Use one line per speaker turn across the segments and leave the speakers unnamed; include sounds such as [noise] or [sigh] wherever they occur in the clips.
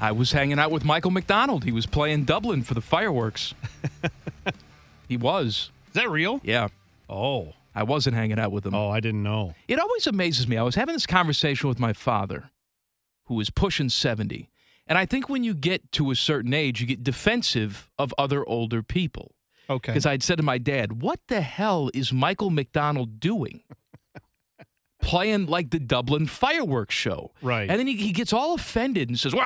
I was hanging out with Michael McDonald. He was playing Dublin for the fireworks. he was.
Is that real?
Yeah.
Oh.
I wasn't hanging out with him.
Oh, I didn't know.
It always amazes me. I was having this conversation with my father, who is pushing 70. And I think when you get to a certain age, you get defensive of other older people.
Okay.
Because I'd said to my dad, What the hell is Michael McDonald
[laughs]
doing? Playing like the Dublin fireworks show.
Right.
And then he, he gets all offended and says, Well,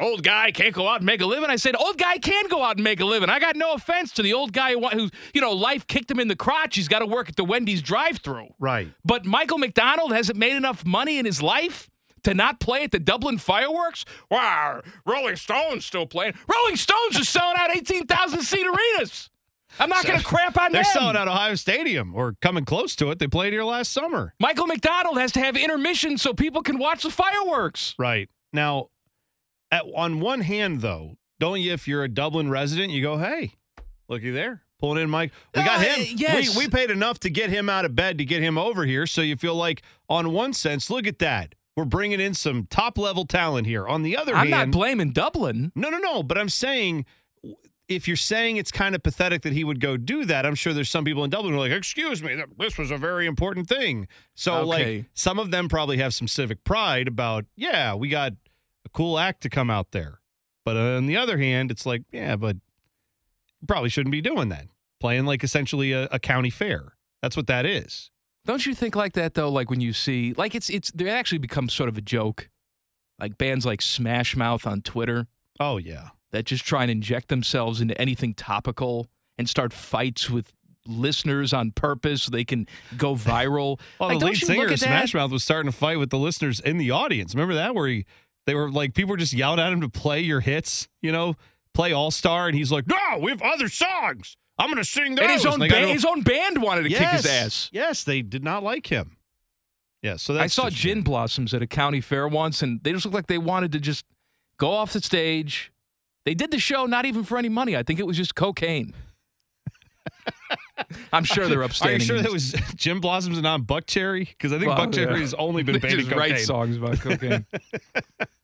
old guy can't go out and make a living. I said, Old guy can go out and make a living. I got no offense to the old guy who, who you know, life kicked him in the crotch. He's got to work at the Wendy's drive through.
Right.
But Michael McDonald hasn't made enough money in his life to not play at the Dublin fireworks? Wow, Rolling Stones still playing. Rolling Stones are selling out 18,000 seat arenas. I'm not going to crap on
They're
them.
selling out Ohio Stadium or coming close to it. They played here last summer.
Michael McDonald has to have intermission so people can watch the fireworks.
Right. Now, at, on one hand, though, don't you, if you're a Dublin resident, you go, hey, looky there. Pulling in Mike. We got
Uh,
him.
yes.
We, we paid enough to get him out of bed to get him over here. So you feel like, on one sense, look at that. We're bringing in some top level talent here. On the other
I'm
hand,
not blaming Dublin.
No, no, no. But I'm saying, w- if you're saying it's kind of pathetic that he would go do that, I'm sure there's some people in Dublin who are like, "Excuse me, th- this was a very important thing." So,
Okay.
like, some of them probably have some civic pride about, "Yeah, we got a cool act to come out there." But uh, on the other hand, it's like, "Yeah, but you probably shouldn't be doing that. Playing like essentially a, a county fair. That's what that is."
Don't you think like that though? Like when you see, like it's it's they actually become sort of a joke. Like bands like Smash Mouth on Twitter
Oh yeah,
that just try and inject themselves into anything topical and start fights with listeners on purpose so they can go
[laughs]
viral.
Well,
Like,
the
don't
lead
you
singer
look
of
at
Smash
that?
Mouth was starting to fight with the listeners in the audience. Remember that where he they were like people were just yelling at him to play your hits, you know, play All Star, and he's like, "No, we have other songs. I'm gonna sing those."
And his own,
Like, I
band,
don't-
his own band wanted to kick his ass.
Yes, they did not like him. Yeah, so that's
I saw
just-
Gin Blossoms at a county fair once, and they just looked like they wanted to just go off the stage. They did the show not even for any money. I think it was just
[laughs]
cocaine. I'm sure they're
Are
upstanding.
you sure
and- [laughs]
that was [laughs] Jim Blossoms and not Buck Cherry? Because I think
Well,
Buck Cherry
yeah.
has only
[laughs]
been
They
baited
just write
cocaine.
songs about
[laughs]
cocaine.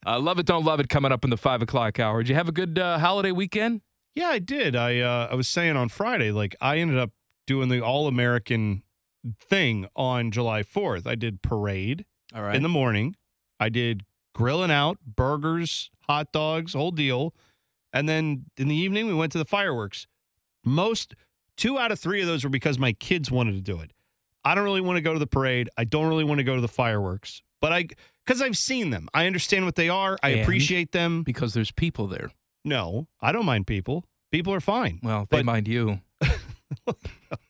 uh, love it, don't love it. Coming up in the five o'clock hour. Did you have a good uh, holiday weekend?
Yeah, I did. I uh, I was saying on Friday, like I ended up doing the all American thing on July Fourth. I did parade
All right.
in the morning. I did grilling out, burgers, hot dogs, whole deal, and then in the evening we went to the fireworks. Most two out of three of those were because my kids wanted to do it. I don't really want to go to the parade. I don't really want to go to the fireworks, but I because I've seen them, I understand what they are. I
And-
appreciate them.
because there's people there.
No, I don't mind people. People are fine.
Well, they
But-
mind you.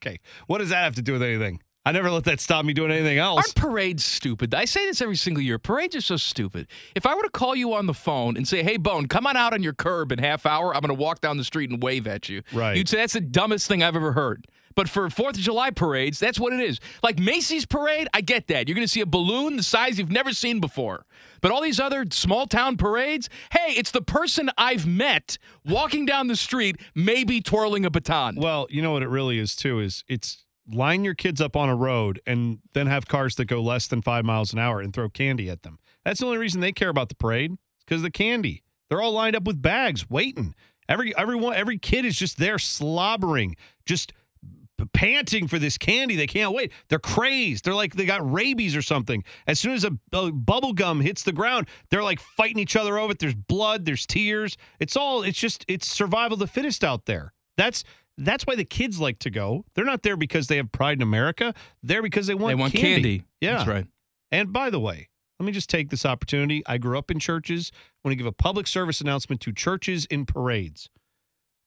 Okay. What does that have to do with anything? I never let that stop me doing anything else.
Aren't parades stupid? I say this every single year. Parades are so stupid. If I were to call you on the phone and say, "Hey, Bone, come on out on your curb in half hour. I'm going to walk down the street and wave at you,"
Right.
You'd say that's the dumbest thing I've ever heard. But for Fourth of July parades, that's what it is. Like Macy's parade, I get that. You're going to see a balloon the size you've never seen before. But all these other small town parades, hey, it's the person I've met walking down the street, maybe twirling a baton.
Well, you know what it really is too is it's line your kids up on a road and then have cars that go less than five miles an hour and throw candy at them. That's the only reason they care about the parade because the candy. They're all lined up with bags waiting. Every everyone every kid is just there slobbering, just panting for this candy. They can't wait. They're crazed. They're like they got rabies or something. As soon as a, a bubble gum hits the ground, they're like fighting each other over it. There's blood. There's tears. It's all. It's just. It's survival of the fittest out there. That's that's why the kids like to go. They're not there because they have pride in America. They're because they want
they want candy.
Yeah.
That's right.
And by the way, let me just take this opportunity. I grew up in churches. I want to give a public service announcement to churches in parades.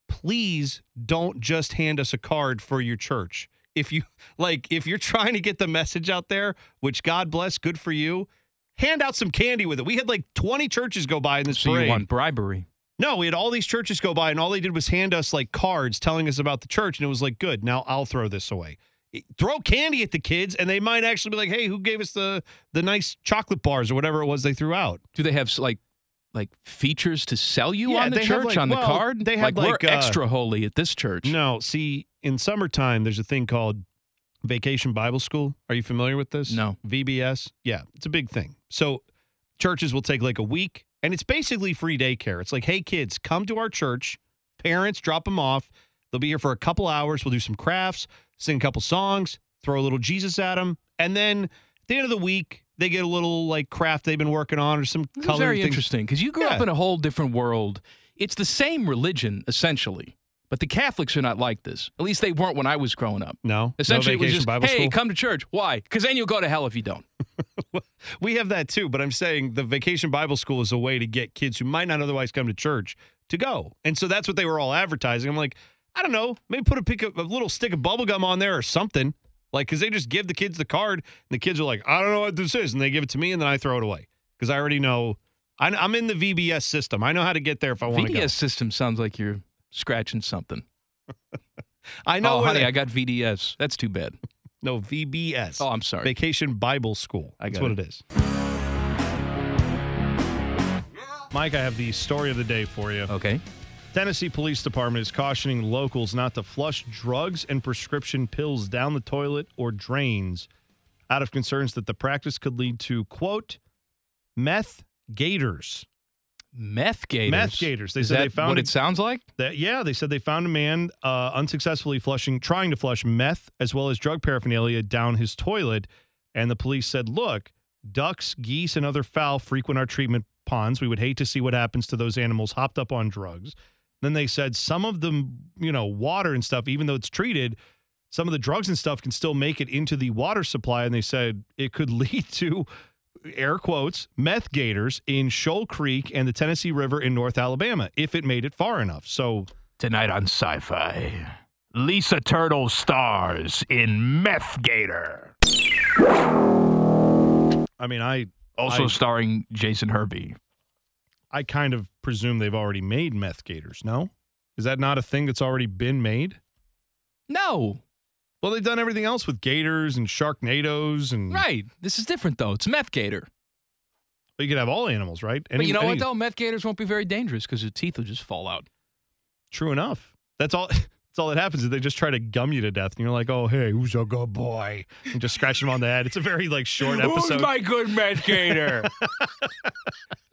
Please don't just hand us a card for your church. If you [laughs] like, if you're trying to get the message out there, which God bless, good for you, hand out some candy with it. We had like 20 churches go by in this
So
parade.
you want bribery.
No, we had all these churches go by, and all they did was hand us like cards telling us about the church, and it was like, good. Now I'll throw this away. It- Throw candy at the kids, and they might actually be like, "Hey, who gave us the the nice chocolate bars or whatever it was they threw out?"
Do they have like like features to sell you
Yeah,
on the
they have,
church
like-
on the
well,
card?
they had, like,
we're
uh,
extra holy at this church.
No, see, in summertime, there's a thing called Vacation Bible School. Are you familiar with this?
No.
VBS. Yeah, it's a big thing. So churches will take like a week, and it's basically free daycare. It's like, hey, kids, come to our church. Parents drop them off. They'll be here for a couple hours. We'll do some crafts, sing a couple songs, throw a little Jesus at them, and then at the end of the week, they get a little like craft they've been working on or some
This is
color
very
things.
interesting because you grew up
Yeah.
in a whole different world. It's the same religion essentially, but the Catholics are not like this. At least they weren't when I was growing up.
No,
Essentially,
no
it was
vacation
just
Bible
hey,
school.
come to church. Why? Because then you'll go to hell if you don't.
We have that too, but I'm saying the Vacation Bible School is a way to get kids who might not otherwise come to church to go. And so that's what they were all advertising. I'm like, I don't know, maybe put a pick a little stick of bubble gum on there or something. Like, cause they just give the kids the card and the kids are like, I don't know what this is. And they give it to me and then I throw it away. Cause I already know I- I'm in the VBS system. I know how to get there if I want to go.
VDS system sounds like you're scratching something.
I know
oh,
where
honey,
they-
I got VDS. That's too bad.
no VBS.
Oh, I'm sorry.
Vacation Bible School.
I
That's
got
what it is. Mike, I have the story of the day for you.
Okay.
Tennessee Police Department is cautioning locals not to flush drugs and prescription pills down the toilet or drains out of concerns that the practice could lead to, quote, meth gators.
Meth gators.
Meth gators. They
Is
said
that
they found
what
a-
it sounds like.
That, yeah, they said they found a man uh, unsuccessfully flushing, trying to flush meth as well as drug paraphernalia down his toilet. And the police said, look, ducks, geese, and other fowl frequent our treatment ponds. We would hate to see what happens to those animals hopped up on drugs. Then they said some of them, you know, water and stuff, even though it's treated, some of the drugs and stuff can still make it into the water supply. And they said it could [laughs] lead to air quotes, meth gators in Shoal Creek and the Tennessee River in North Alabama if it made it far enough. So
Tonight on Sci Fi, Lisa Turtle stars in Meth Gator.
I mean, I
Also
I-
starring Jason Hervey.
I kind of presume they've already made meth gators. No, is that not a thing that's already been made?
No.
Well, they've done everything else with gators and sharknadoes, and
Right. This is different though. It's meth gator.
Well, you could have all animals, right?
but you know
any-
what though? Meth gators won't be very dangerous because their teeth will just fall out.
True enough. That's all. [laughs] That's all that happens is they just try to gum you to death, and you're like, "Oh, hey, who's a good boy?" And just scratch them on the head. It's a very like short episode.
Who's my good meth
[laughs]
gator?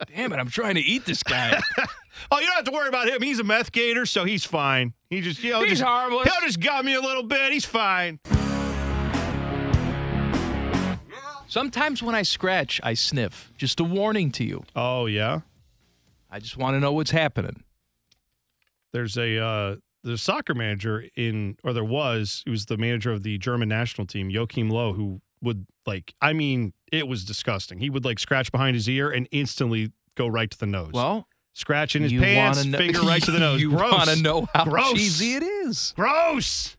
Damn it! I'm trying to eat this
[laughs]
guy.
oh, you don't have to worry about him. He's a meth gator, so he's fine. He just, you know,
He's
just,
harmless.
He'll just gum you a little bit. He's fine.
Sometimes when I scratch, I sniff. Just a warning to you.
Oh yeah.
I just want to know what's happening.
There's a uh, there's a soccer manager in, or there was. He was the manager of the German national team, Joachim Low, who would like. I mean, it was disgusting. He would like scratch behind his ear and instantly go right to the nose.
Well,
scratch in his
you
pants,
wanna know-
finger
[laughs]
right to the nose.
You
Gross.
want to know how
Gross.
cheesy it is?
Gross.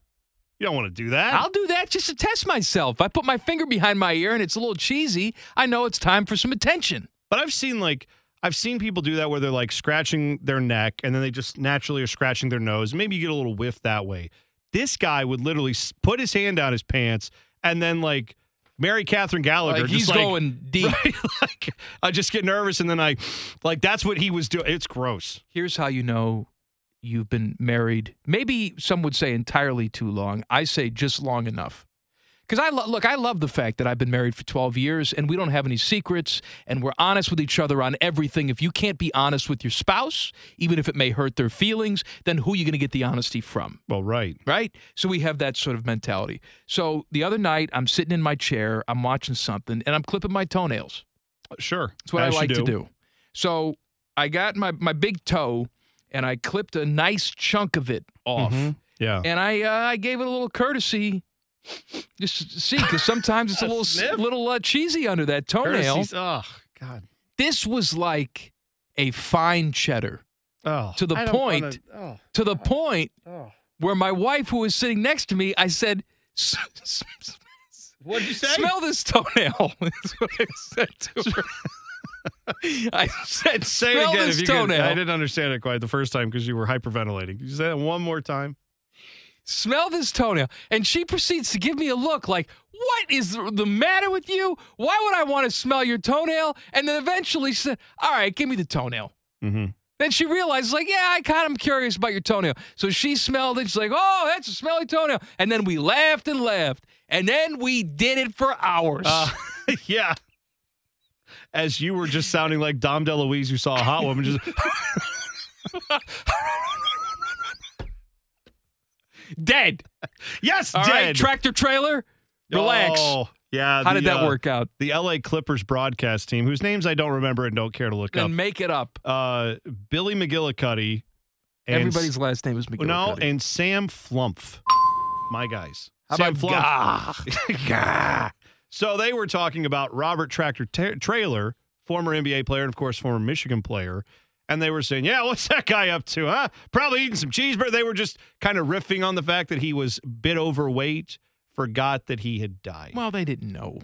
You don't want to do that.
I'll do that just to test myself. I put my finger behind my ear and it's a little cheesy. I know it's time for some attention.
But I've seen like I've seen people do that where they're like scratching their neck and then they just naturally are scratching their nose. Maybe you get a little whiff that way. This guy would literally s- put his hand down his pants and then like Mary Catherine Gallagher.
Like,
just
he's
like, [laughs]
going deep.
like, I just get nervous and then I like that's what he was doing. It's gross.
Here's how you know you've been married. Maybe some would say entirely too long. I say just long enough. Because I lo- look, I love the fact that I've been married for 12 years and we don't have any secrets and we're honest with each other on everything. If you can't be honest with your spouse, even if it may hurt their feelings, then who are you going to get the honesty from?
Well, right.
right? So we have that sort of mentality. So the other night, I'm sitting in my chair, I'm watching something, and I'm clipping my toenails.
Sure.
That's what I
As you
like to do. So I got my, my big toe and I clipped a nice chunk of it off.
Mhm. Yeah.
And I uh, I gave it a little courtesy, just to see, because sometimes it's a
[laughs] A
little s-
sniff?
little uh, cheesy under that toenail.
Courtesy's- Oh, God.
This was like a fine cheddar
Oh.
To the
I don't
point-
wanna- oh,
to the point
oh.
where my wife, who was sitting next to me, I said, "S- s- s-
What'd you say? [laughs]
Smell this toenail. [laughs] That's what I said to her. I said,
Say it
smell
again
this
if you could.
toenail.
I didn't understand it quite the first time because you were hyperventilating. Could you say that one more time?
Smell this toenail. And she proceeds to give me a look like, what is the- the matter with you? Why would I want to smell your toenail? And then eventually she said, all right, give me the toenail.
[laughs] Mm-hmm.
Then she realized, like, yeah, I kind of am curious about your toenail. So she smelled it. She's like, oh, that's a smelly toenail. And then we laughed and laughed. And then we did it for hours.
Uh, yeah. As you were just sounding like Dom DeLuise, who saw a hot woman just.
[laughs]
[laughs]
dead.
yes,
All right,
dead.
tractor trailer. Relax.
Oh, yeah.
How
the,
did that
uh,
work out?
The LA Clippers broadcast team, whose names I don't remember and don't care to look up.
Then make it up.
Uh, Billy McGillicuddy. And
Everybody's last name is McGillicuddy.
No, and Sam Flumpf. My guys.
How
Sam
about
Flumpf.
Gah?
[laughs] Gah. so they were talking about Robert Tractor Tra- Trailer, former NBA player and of course former Michigan player, and they were saying, "Yeah, what's that guy up to? Huh? Probably eating some cheeseburger." They were just kind of riffing on the fact that he was a bit overweight, forgot that he had died.
Well, they didn't know.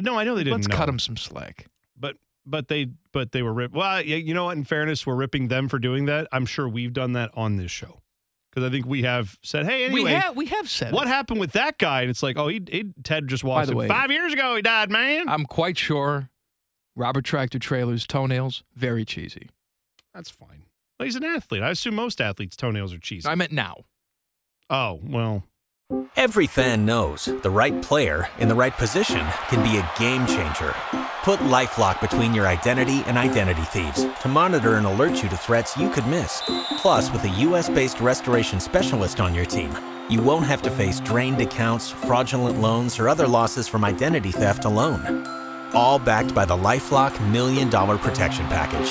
no, I know they didn't.
Let's
know,
cut them some slack.
but but they but they were rip. Well, yeah, you know what? In fairness, we're ripping them for doing that. I'm sure we've done that on this show because I think we have said, "Hey, anyway."
we have we have said
What
it.
happened with that guy? And it's like, oh, he, he Ted just walks
the
in.
way-
Five years ago, he died, man.
I'm quite sure. Robert Tractor Trailer's toenails very cheesy.
That's fine. Well, he's an athlete. I assume most athletes' toenails are cheesy.
I meant now.
oh well,
Every fan knows the right player in the right position can be a game changer. Put LifeLock between your identity and identity thieves to monitor and alert you to threats you could miss. Plus, with a U.S.-based restoration specialist on your team, you won't have to face drained accounts, fraudulent loans, or other losses from identity theft alone. All backed by the LifeLock Million Dollar Protection Package.